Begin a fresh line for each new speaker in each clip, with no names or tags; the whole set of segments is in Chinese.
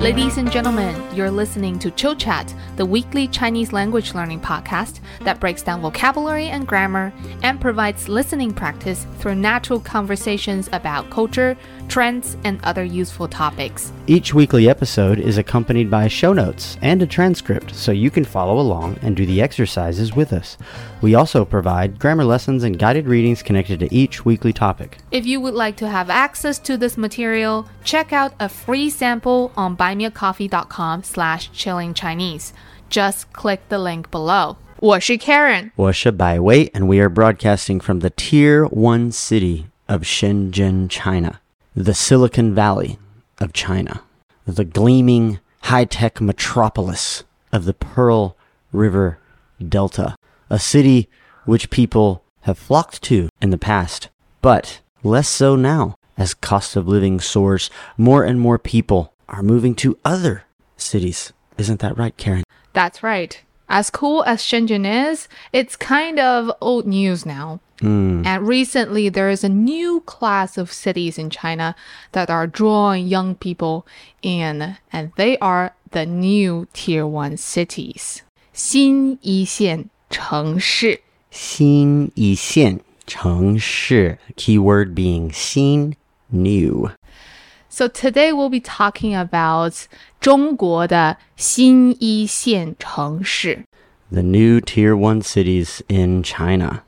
Ladies and gentlemen, you're listening to Chill Chat, the weekly Chinese language learning podcast that breaks down vocabulary and grammar and provides listening practice through natural conversations about culture, trends, and other useful topics.
Each weekly episode is accompanied by show notes and a transcript so you can follow along and do the exercises with us. We also provide grammar lessons and guided readings connected to each weekly topic.
If you would like to have access to this material, check out a free sample on buymeacoffee.com slash chillingchinese. Just click the link below. 我是 Karen，
Washa Wei, and we are broadcasting from the Tier 1 city of Shenzhen, China, the Silicon Valley of China, the gleaming high tech metropolis of the Pearl River Delta, a city which people have flocked to in the past, but less so now as cost of living soars. More and more people are moving to other cities. Isn't that right, Karen?
That's right. As cool as Shenzhen is, it's kind of old news now. And recently, there is a new class of cities in China that are drawing young people in, and they are the new tier one cities. 新一线城市.
新一线城市, keyword being 新 new.
So today we'll be talking about 中国的新一线城市.
The new tier 1 cities in China.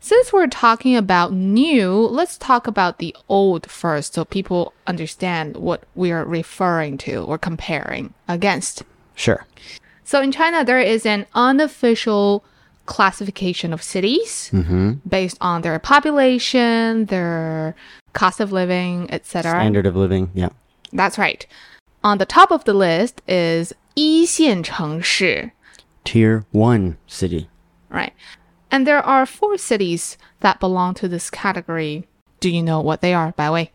Since we're talking about new, let's talk about the old first so people understand what we are referring to or comparing against.
Sure.
So in China, there is an unofficial classification of cities based on their population, their cost of living, etc.
Standard of living, yeah.
That's right. On the top of the list is 一线城市,
Tier 1 city.
right? And there are four cities that belong to this category. Do you know what they are, by the way?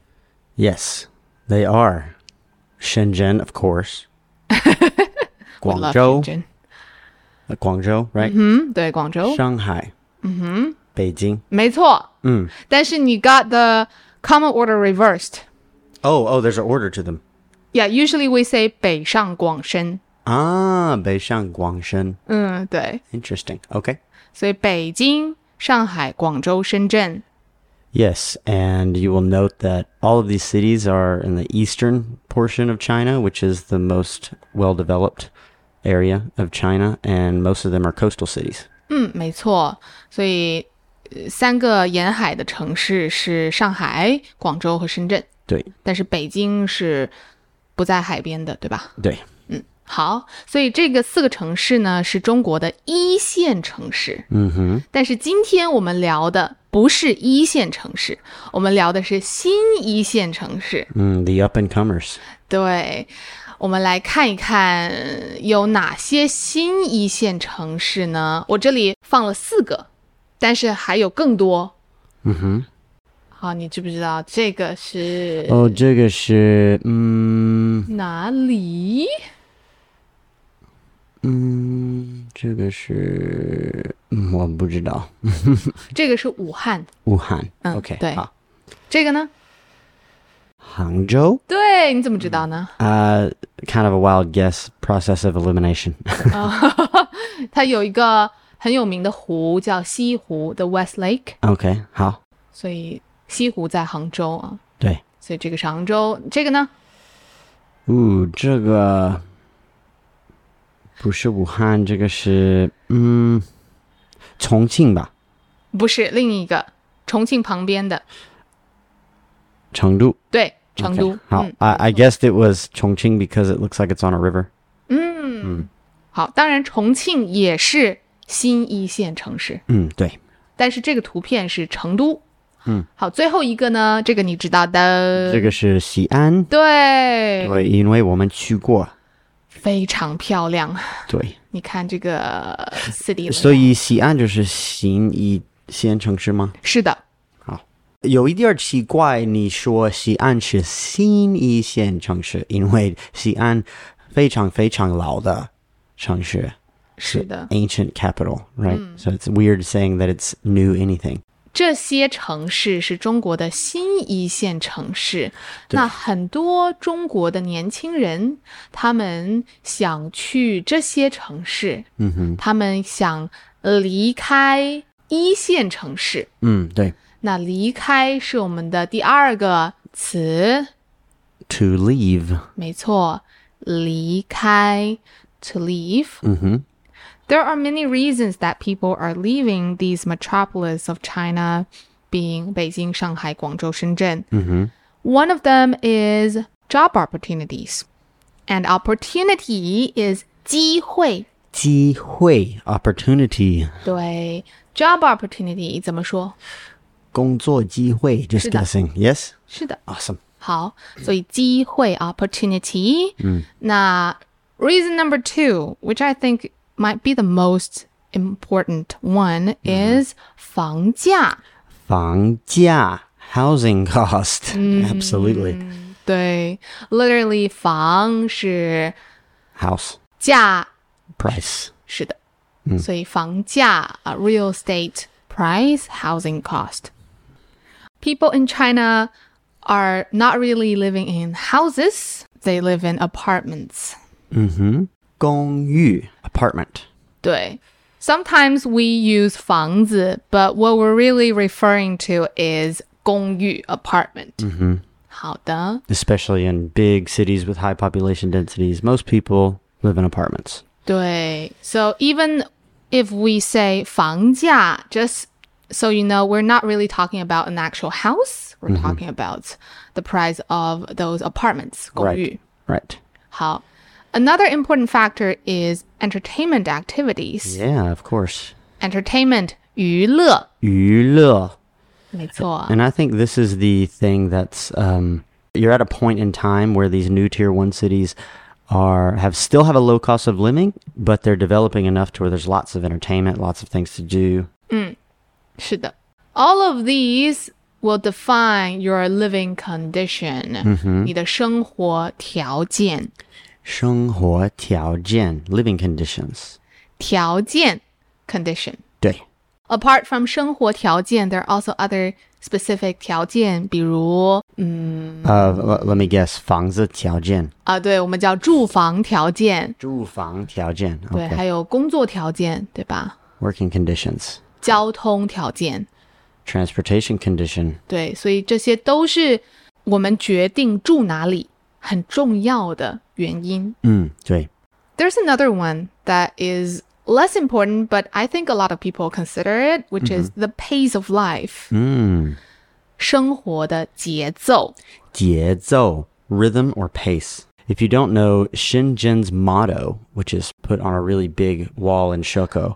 Yes, they are. Shenzhen, of course.
We love
Guangzhou,
Shenzhen. Mm-hmm.
uh, Guangzhou, right?
嗯对，广州。
Shanghai. Mm-hmm. Beijing.
没错，嗯，但是你 got the common order reversed.
Oh, oh, there's an order to them.
Yeah, usually we say 北上广深.
Ah, Beishan, Guangshen.
Mm. 嗯，对，所以北京、上海、广州、深圳。
Interesting. Okay. Yes, and you will note that all of these cities are in the eastern portion of China, which is the most well developed area of China, and most of them are coastal cities.
嗯，没错，所以呃三个沿海的城市是上海、广州和深圳，但是北京是不在海边的，对吧？好，所以这个四个城市呢是中国的一线城市。嗯哼，但是今天我们聊的不是一线城市，我们聊的是新一线城市。
Mm, the up and comers.
Uh, 对，我们来看一看有哪些新一线城市呢？我这里放了四个，但是还有更多。嗯哼，好，你知不知道这个是
Oh, 哦，这个是，嗯，
哪里？
mm, 这个是，嗯，我不知道。武汉
这个是武汉，嗯，
，OK，
对。这个呢？
好。杭州，
对，你怎么知道呢？
uh, kind of a wild guess, process of elimination.
它有一个很有名的湖叫西湖的 West Lake，
okay, 好，
所以西湖在杭州啊，
对，
所以这个是杭州。这个呢？
哦，这个不是武汉，这个是嗯，重庆吧，
不是另一个重庆旁边的。
成都。
对，成都。
Okay, 好、
嗯
I I guessed it was 重庆 because it looks like it's on a river.
好，当然重庆也是新一线城市，
嗯，对，
但是这个图片是成都。嗯，好，最后一个呢，这个你知道的，
这个是西安，
对，
对，因为我们去过，
非常漂亮。
对，
你看这个 city，了
所以西安就是新一线城市吗？
是的，
有一点奇怪，你说西安是新一线城市，因为西安非常非常老的城市。
是的，
ancient capital, right? So it's weird saying that it's new anything.
这些城市是中国的新一线城市，
对
那很多中国的年轻人，他们想去这些城市，
嗯哼，
他们想呃离开一线城市。
嗯，对
那离开是我们的第二个词，
，to leave，
没错，离开，to leave。
嗯哼，
There are many reasons that people are leaving these metropolis of China, being Beijing, Shanghai, Guangzhou, Shenzhen. One of them is job opportunities. And opportunity is 机会.
机会 opportunity，
对, job opportunity 怎么说?
工作机会
的
discussing yes
是的。
awesome
好，所以机会 opportunity。嗯，那 reason number two, which I think might be the most important one, is 房价。
房价 housing cost absolutely
对，literally 房是
house
价，
price
是的，所以房价啊，real estate price, housing cost. People in China are not really living in houses; they live in apartments.
公寓 apartment
对。Sometimes we use 房子, but what we're really referring to is 公寓 apartment. 好的，
especially in big cities with high population densities most people live in apartments
对. So even if we say 房价, just so you know, we're not really talking about an actual house. We're
Mm-hmm.
talking about the price of those apartments, 公寓。
right
好. Another important factor is entertainment activities.
yeah of course
Entertainment 娱乐,
娱乐
没错。
And I think this is the thing that's um, you're at a point in time where these new tier one cities are have still have a low cost of living, but they're developing enough to where there's lots of entertainment, lots of things to do.
是的。All of these will define your living condition，、
生活条件 living conditions.
你的生活条件条件 condition。
对
Apart from 生活条件, there are also other specific 条件，比如嗯啊、呃，对，我们叫住房条件。
Uh, l- let me guess. 房子条件.住房条件. Okay.
对，还有工作条件，对吧？交通条件，对，所以这些
Working conditions. Transportation condition.
都是我们决定住哪里很重要的原因。
Mm, 对.
There's another one that is less important, but I think a lot of people consider it, which is the pace of life.
Mm.
生活的节奏.
节奏, rhythm or pace. If you don't know, Shenzhen's motto, which is put on a really big wall in Shoko,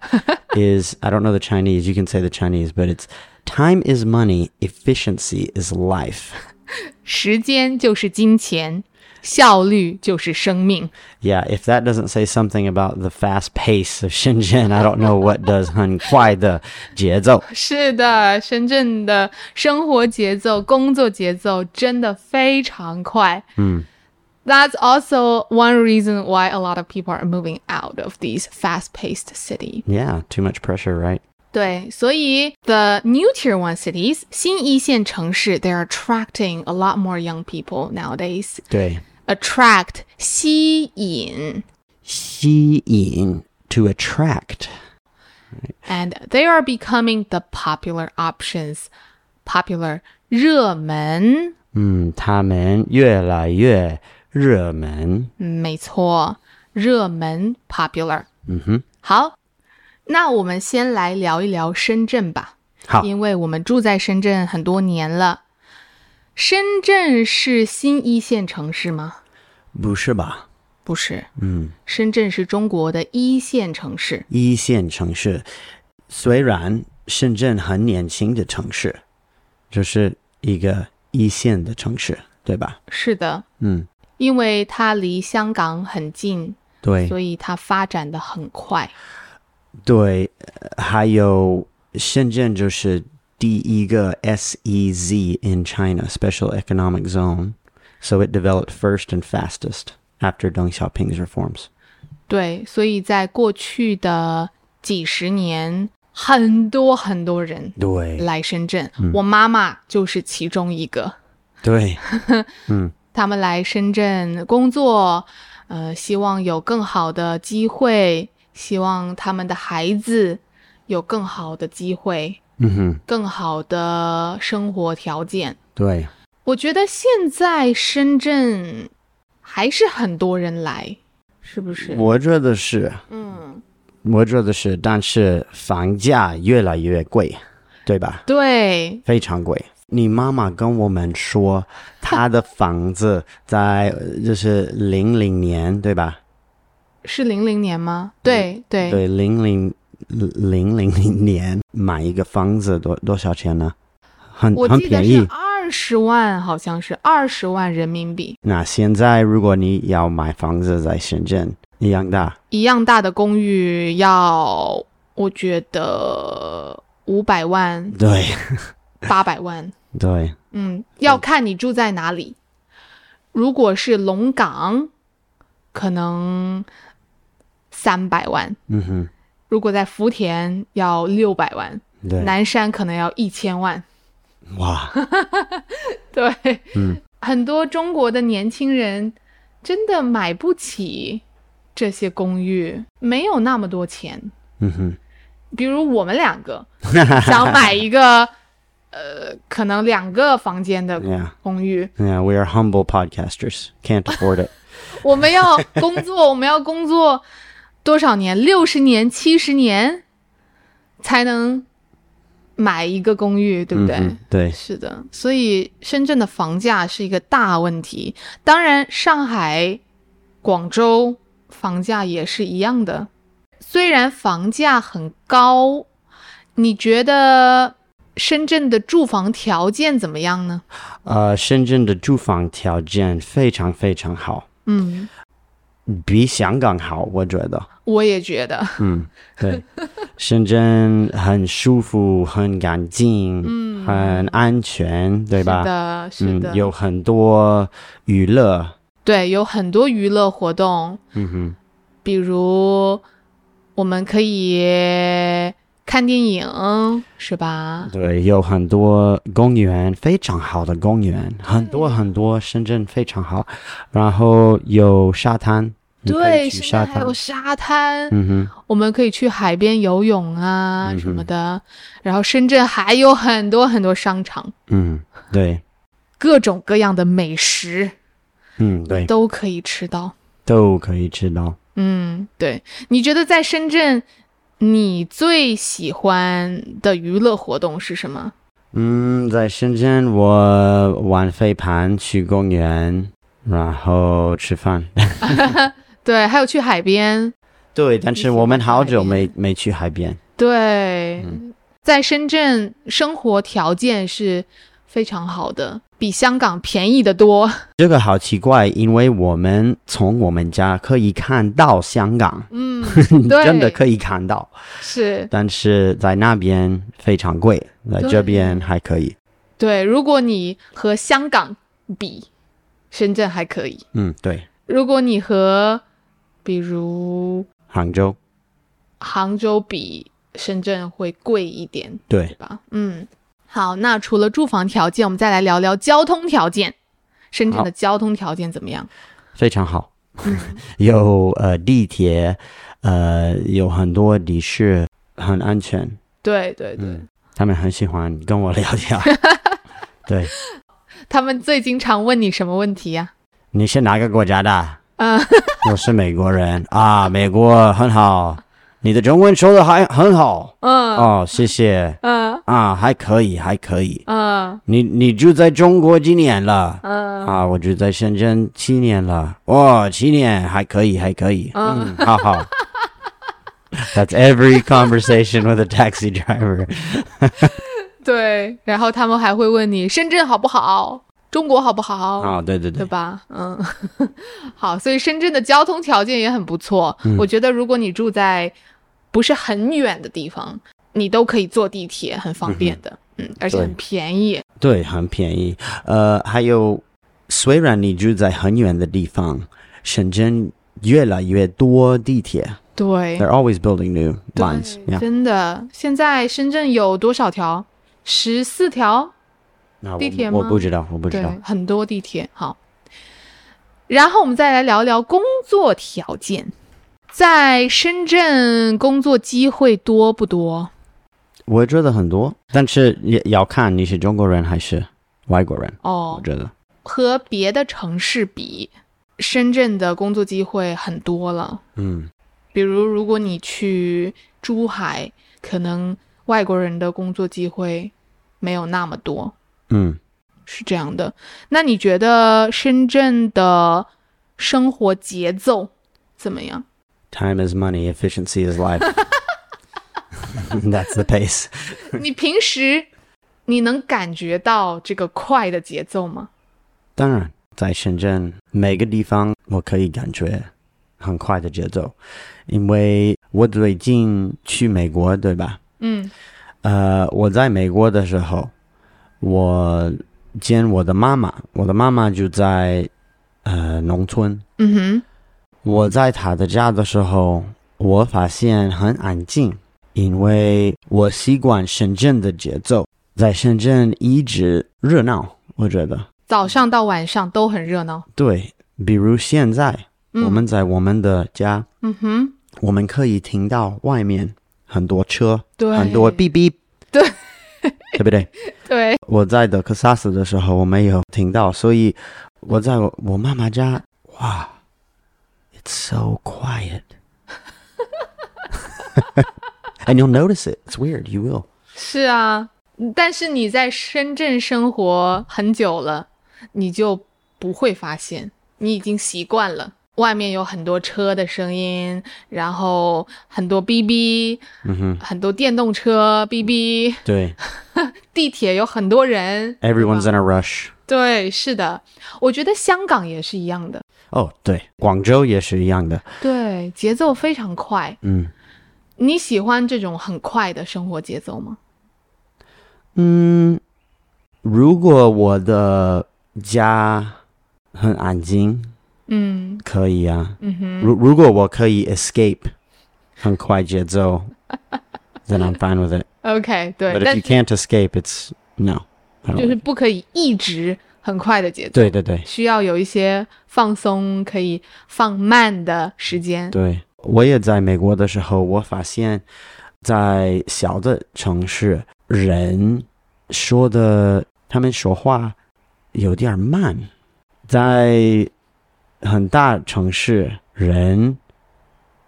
is I don't know the Chinese, you can say the Chinese, but it's time is money, efficiency is life.
时间就是金钱，效率就是生命.
Yeah, if that doesn't say something about the fast pace of Shenzhen, I don't know what does. 很快的节奏.
是的，深圳的生活节奏、工作节奏真的非常快。嗯，That's also one reason why a lot of people are moving out of these fast-paced city.
Yeah, too much pressure, right?
对，所以 the new tier one cities 新一线城市 they are attracting a lot more young people nowadays.
对.
Attract 吸引
吸引 to attract.
and they are becoming the popular options. Popular 热门，
Hmm, 嗯，他们越来越热门。
没错，热门 popular。嗯哼，好，那我们先来聊一聊深圳吧。
好，
因为我们住在深圳很多年了。深圳是新一线城市吗？
不是吧？
不是，嗯，深圳是中国的一线城市，
一线城市虽然深圳很年轻的城市，就是一个一线的城市，对吧？
是的，
嗯，
因为它离香港很近，
对
所以它发展的很快。
对，呃还有深圳就是第一个 SEZ in China Special Economic Zone, so it developed first and fastest after Deng Xiaoping's reforms.
对，所以在过去的几十年，很多很多人
对
来深圳，我妈妈就是其中一个。
对，
他们来深圳工作，呃，希望有更好的机会，希望他们的孩子有更好的机会，
嗯哼，
更好的生活条件。
对，
我觉得现在深圳还是很多人来，是不是？
我觉得是，
嗯，
我觉得是，但是房价越来越贵，对吧？
对，
非常贵。你妈妈跟我们说，她的房子在呃就是零零年，对吧？
是零零年吗？对对，
对，零零零零零年买一个房子多多少钱呢？很
我
很
记得
便
是
宜。
二十万，好像是二十万人民币，
那现在如果你要买房子在深圳，一样大，
一样大的公寓要，我觉得五百万、
对
八百万，
对，
嗯，要看你住在哪里。如果是龙岗，可能三百万；
嗯哼，
如果在福田，要六百万；
对，
南山可能要一千万。
哇，
对，
嗯，
很多中国的年轻人真的买不起这些公寓，没有那么多钱。
嗯哼，
比如我们两个 想买一个，呃，可能两个房间的
yeah。
公寓，
Yeah, we are humble podcasters. Can't afford it.
我们要工作，我们要工作多少年？六十年、七十年才能买一个公寓， 对不对？
嗯哼对，
是的，所以深圳的房价是一个大问题。当然，上海、广州房价也是一样的。虽然房价很高，你觉得深圳的住房条件怎么样呢？
呃，深圳的住房条件非常非常好，
嗯，
比香港好，我觉 得。
我也觉得，
嗯，对，深圳很舒服，很干净，嗯，很安全，对吧？
是的，是的，
嗯，有很多娱乐，
对，有很多娱乐活动，
嗯哼，
比如我们可以看电影，是吧？
对，有很多公园，非常好的公园，很多很多，深圳非常好，然后有沙滩，你可以
对，
去
现
沙
在还
滩
有，沙滩，
嗯哼，
我们可以去海边游泳啊
嗯哼
什么的。然后深圳还有很多很多商场，
嗯，对，
各种各样的美食
嗯，对，
都可以吃到。
都可以吃到。
嗯，对。你觉得在深圳，你最喜欢的娱乐活动是什么？
嗯，在深圳我玩飞盘，去公园，然后吃饭。
对，还有去海边。
对，但
喜
是我们
欢
好
海
久没
边
没去海边。
对，
嗯
在深圳生活条件是非常好的，比香港便宜的 多。
这个好奇怪，因为我们从我们家可以看到香港，
嗯，对
真的可以看到，
是。
但是在那边非常贵，在
对
这边还可以。
对，如果你和香港比，深圳还可以；
嗯，对，
如果你和比如
杭州，
杭州比，深圳会贵一点，
对
对，吧？嗯，好，那除了住房条件，我们再来聊聊交通条件。深圳的交通条件怎么样？
非常好，
嗯
有呃地铁，呃有很多的士，很安全。
对对对，
嗯，他们很喜欢跟我聊 天。对，
他们最经常问你什么问题呀、
你是哪个国家的？
嗯，
我是美国人啊，美国很好。你的中文说的还很好
嗯
哦，谢谢
嗯
啊，还可以，还可以。
嗯
你你住在中国几年了？
嗯，
啊，我住在深圳七年了。哇、七年还可以，还可以。嗯，好好。That's every conversation with a taxi driver.
对。然后他们还会问你深圳好不好，中国好不好？
啊、对对
对
对，
吧？嗯， 好，所以深圳的交通条件也很不错。
嗯
我觉得如果你住在不是很远的地方，你都可以坐地铁，很方便的，嗯而且
对
很便宜。
对，很便宜。呃，还有，虽然你住在很远的地方，深圳越来越多地铁，
对
They're always building new lines.
对
Yeah.
真的，现在深圳有多少条？十四条，
那我
地铁
我
吗
不知道，我不知
对
道。，
很多地铁。好，然后我们再来聊聊工作条件，在深圳工作机会多不多？
我觉得很多，但是也要看你是中国人还是外国人。我
哦，
觉得
和别的城市比，深圳的工作机会很多了。
嗯，
比如，如果你去珠海，可能外国人的工作机会没有那么多，
嗯
是这样的。那你觉得深圳的生活节奏怎么样？
，time is money, efficiency is life. That's the pace.
你平时你能感觉到这个快的节奏吗？
当然，在深圳每个地方，我可以感觉很快的节奏，因为我最近去美国，对吧？
嗯
呃，我在美国的时候，我见我的妈妈，我的妈妈就在呃农村。
嗯
我在她的家的时候，我发现很安静，因为我习惯深圳的节奏，在深圳一直热闹，我觉得
哼，早上到晚上都很热闹。
对。比如现在
嗯、
我们在我们的家，
嗯哼，
我们可以听到外面很多车，
对，
很多哔哔，
对，
对不对？
对，
我在德克萨斯的时候，我没有听到，所以我在我我妈妈家，哇，it's so quiet。And you'll notice it. It's weird. You will.
是啊。但是你在深圳生活很久了，你就不会发现，你已经习惯了。外面有很多车的声音，然后很多哔哔，
嗯哼，
很多电动车哔哔，
对
地铁有很多人。
，everyone's in a rush.
对，是的，我觉得香港也是一样的，
哦，对，广州也是一样的。
对，节奏非常快。
嗯
你喜欢这种很快的生活节奏吗？
嗯，如果我的家很安静，
嗯
可以啊。
嗯哼，
如如果我可以 escape 很快节奏，then I'm fine with it.
OK，对
But，if
但
you can't escape, it's no. I
就是
don't.
不可以一直很快的节奏，
对对对
需要有一些放松，可以放慢的时间。
对，我也在美国的时候，我发现，在小的城市，人说的他们说话有点慢，在很大城市，人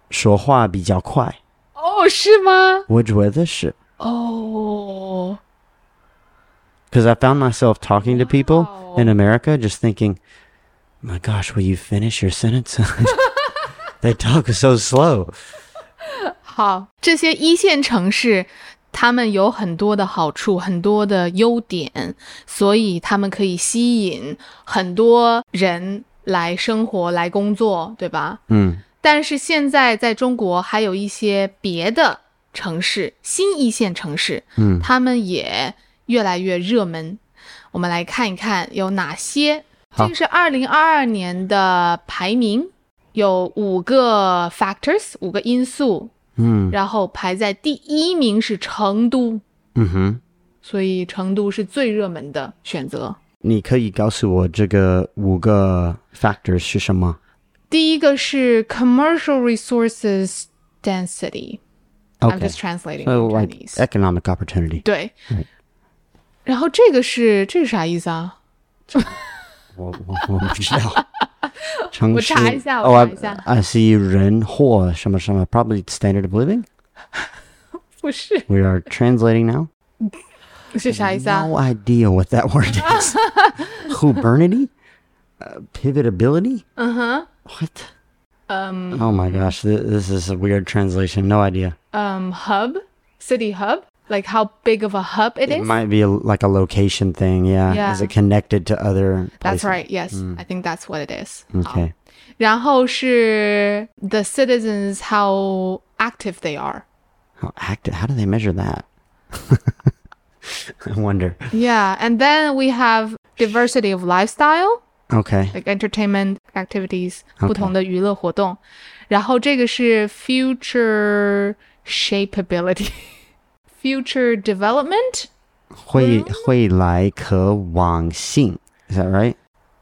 说话比较快，
哦，是吗？
我觉得是。
哦，
Because I found myself talking to people
Wow.
in America just thinking, my gosh, will you finish your sentence? they talk so slow.
好，这些一线城市，他们有很多的好处，很多的优点，所以他们可以吸引很多人来生活、来工作，对吧？
Mm.
但是现在在中国还有一些别的城市，新一线城市，
嗯
他们也越来越热门。我们来看一看有哪些。
好
这个是二零二二年的排名，有五个 factors，五个因素，
Mm.
然后排在第一名是成都，
Mm-hmm.
所以成都是最热门的选择。
你可以告诉我这个五个 factors
第一个是 commercial resources density。I'm
Okay.
just translating from
So like
Chinese.
economic opportunity.
对，然后这个是这是啥意思啊？
我我我不知道。
我查一下，
oh, I,
我查一下。
I see 人或什么什么 probably standard of living.
不是
We are translating now.
是啥意思啊？
No idea what that word is. Hubernity? Uh, pivotability?
嗯哼，
What?
嗯
Oh my gosh, th- this is a weird translation. No idea.
um hub city hub like how big of a hub it
It
is
might be a, like a location thing. Yeah. Is
Yeah.
it connected to other?
that's
places?
right yes i think that's what it is 好
Okay.
然后是 the citizens how active they are
How active? How do they measure that? I wonder.
yeah and then we have diversity of lifestyle
Okay.
like entertainment activities 不同的娱乐活动然后这个是 future shapeability。Future development，
会会来可往性，Is that right？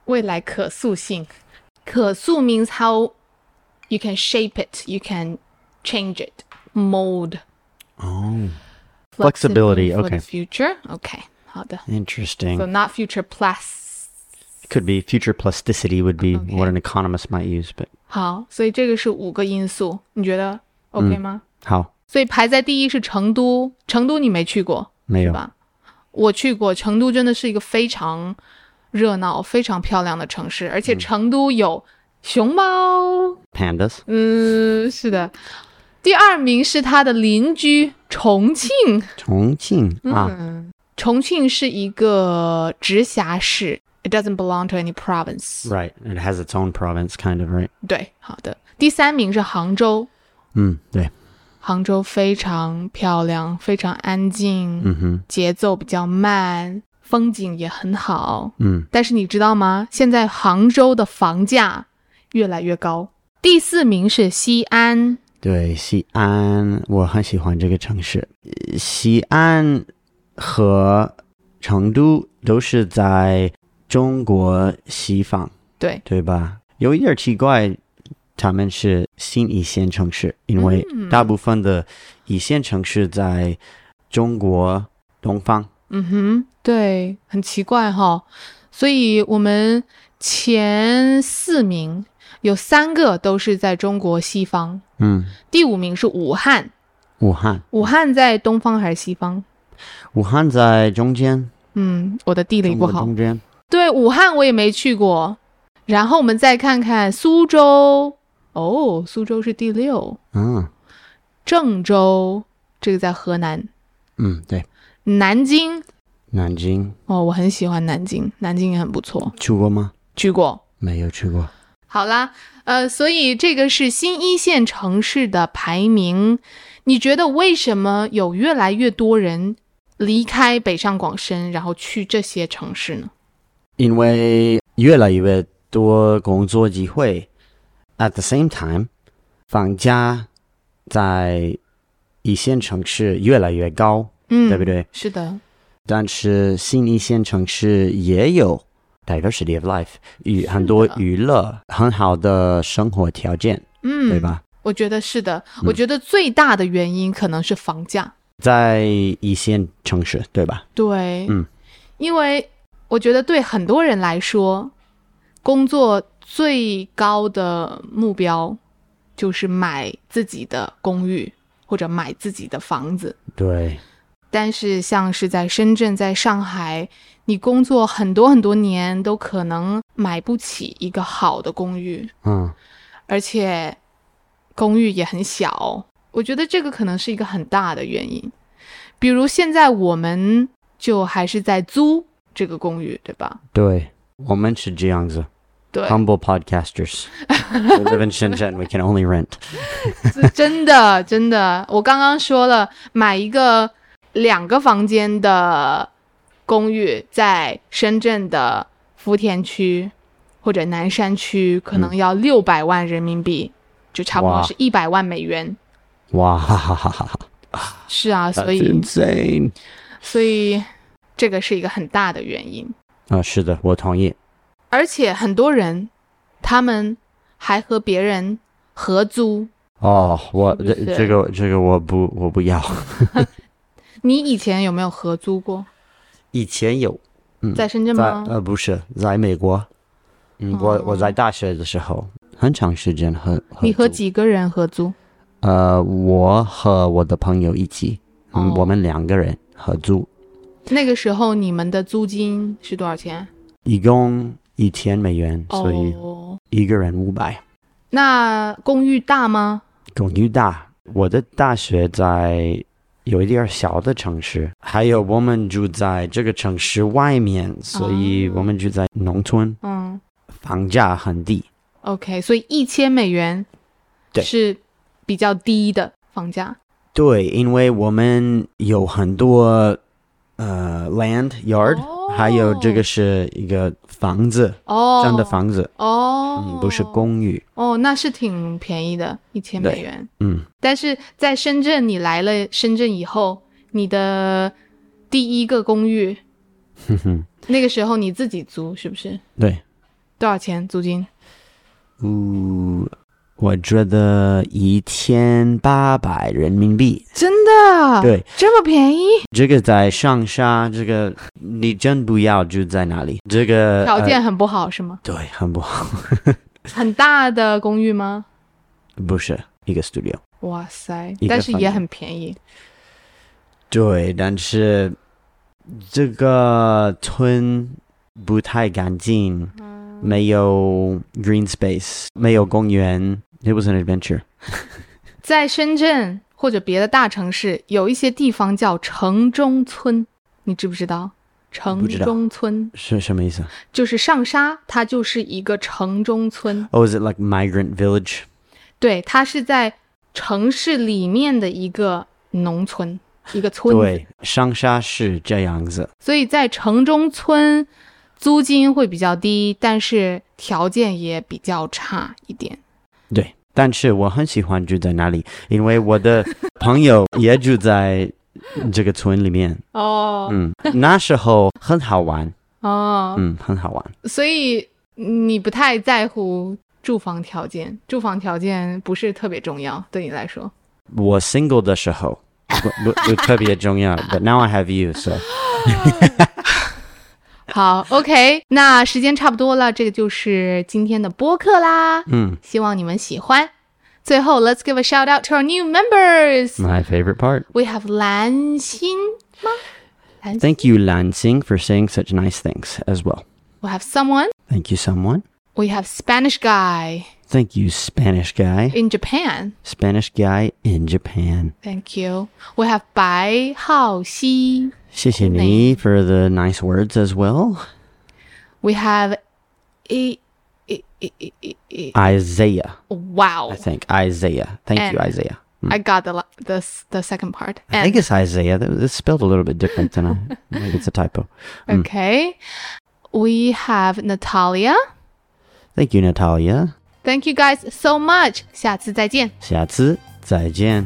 未来可塑性，可塑 means how you can shape it, you can change it, mold.
哦，flexibility,
for the
okay. 嗯
Future, okay，好的。So
Interesting.
not future plus.
Could be future plasticity would be
Okay.
what an economist might use, but
好，所以这个是五个因素，你觉得
嗯
OK 吗？
how?
所以排在第一是成都，成都你没去过，
没有。
是吧？我去过成都，真的是一个非常热闹、非常漂亮的城市，而
嗯
且成都有熊猫，
Pandas.
嗯，是的。第二名是它的邻居重庆，
重庆啊，
Hmm. 重庆是一个直辖市，it doesn't belong to any province。
right. It has its own province, kind of, right?
对，好的。第三名是杭州，
嗯，对。
杭州非常漂亮，非常安静，
嗯 Mm-hmm.
节奏比较慢，风景也很好。
嗯，
但是你知道吗？现在杭州的房价越来越高。第四名是西安，
对，西安，我很喜欢这个城市。呃西安和成都都是在中国西方，
对，
对吧？有一点奇怪，他们是新一线城市，因
嗯
为大部分的一线城市在中国东方。
嗯哼，对，很奇怪哈、所以我们前四名有三个都是在中国西方，
嗯，
第五名是武汉，
武汉，
武汉在东方还是西方？
武汉在中间，
嗯，我的地理
中
不
国
好。
中间。
对，武汉我也没去过。然后我们再看看苏州，哦，苏州是第六，
嗯
郑州这个在河南，
嗯，对，
南京
南京
哦，我很喜欢南京，南京也很不错，
去过吗？
去过。
没有去过。
好啦，呃，所以这个是新一线城市的排名。你觉得为什么有越来越多人离开北上广深，然后去这些城市呢？
因为越来越多工作机会，at the same time，房价在一线城市越来越高，
嗯，
对不？对？
是的，
但是新一线城市也有 diversity of life，与很多娱乐、很好的生活条件，
嗯，
对？吧？嗯
我觉得是的，我觉得最大的原因可能是房价。
在一线城市，对吧？
对，
嗯，
因为我觉得对很多人来说，工作最高的目标就是买自己的公寓或者买自己的房子。
对，
但是像是在深圳、在上海，你工作很多很多年都可能买不起一个好的公寓，
嗯，
而且公寓也很小。我觉得这个可能是一个很大的原因。比如现在我们就还是在租这个公寓，对吧？
对，我们是这样子。
对，
Humble podcasters. we live in Shenzhen. We can only rent.
是 真的真的。我刚刚说了，买一个两个房间的公寓，在深圳的福田区或者南山区，可能要六百万人民币，就差不多
哇
是一百万美元。
Wow.
是啊，所
That's
以
insane.
所以这个是一个很大的原因。
啊、呃，是的，我同意。嗯，
而且很多人，他们还和别人合租。
哦，我这
是不是
这个这个我不我不要。
你以前有没有合租过？
以前有
在深圳
在
吗？哦
呃不是在美国，嗯，我我在大学的时候很长时间和
你和几个人合租？
呃我和我的朋友一起，嗯，
哦
我们两个人合租，
那个时候你们的租金是多少钱？
一共一千美元，所以
哦，
一个人五百。
那公寓大吗？
公寓大，我的大学在有一点小的城市，还有我们住在这个城市外面，所以
哦
我们住在农村，
嗯
房价很低。
，OK，所以一千美元
对
是比较低的房价。
对，因为我们有很多呃 land yard，、
哦
还有这个是一个房子，
哦，
这样的房子，
哦，
嗯，不是公寓，
哦，那是挺便宜的，一千
对
美元。
嗯，
但是在深圳，你来了深圳以后，你的第一个公 寓，
哼哼，
那个时候你自己租是不是？
对，
多少钱租金？
呜，我觉得一千八百人民币，
真的？
对，
这么便宜？
这个在上沙，这个你真不要住在哪里，这个
条
呃
件很不好是吗？
对很不好，
很大的公寓吗？
不是一个 studio，
哇塞
一！个
但是
房
也
间
很便宜。
对，但是这个村不太干净，
嗯
没有 green space，没有公园，it was an adventure，
在深圳或者别的大城市，有一些地方叫城中村，你知不知道？城
不知道
中村
是什么意思
就是上沙，它就是一个城中村，
？Oh, is it like migrant village？
对，它是在城市里面的一个农村，一个村子。
对，上沙是这样子。
所以在城中村，租金会比较低，但是条件也比较差一点。
对，但是我很喜欢住在那里，因为我的朋友也住在这个村里面。
哦、
嗯，那时候很好玩，
哦，
嗯，很好玩。
所以你不太在乎住房条件，住房条件不是特别重要对你来说。
我 single 的时候不不不特别重要，but now I have you, so
好，OK，那时间差不多了，这个就是今天的播客啦。
嗯
希望你们喜欢。最后，Let's give a shout out to our new members.
my favorite part.
We have 蓝心吗？蓝心
Thank you, Lan Singh, for saying such nice things as well.
We have someone.
Thank you, someone.
We have Spanish guy
Thank you, Spanish guy.
in Japan.
Spanish guy in Japan.
Thank you. We have 白浩熙。
谢谢你 for the nice words as well.
We have e e e e e e.
Isaiah,
Wow.
I think. Isaiah. Thank you,
And-
Isaiah.
I got the la- the s- the second part.
Hmm. I think it's Isaiah. That- It's spelled a little bit different than I. I think it's a typo.
Okay. We have Natalia.
Thank you, Natalia.
Thank you guys so much. 下次再见。
下次再见。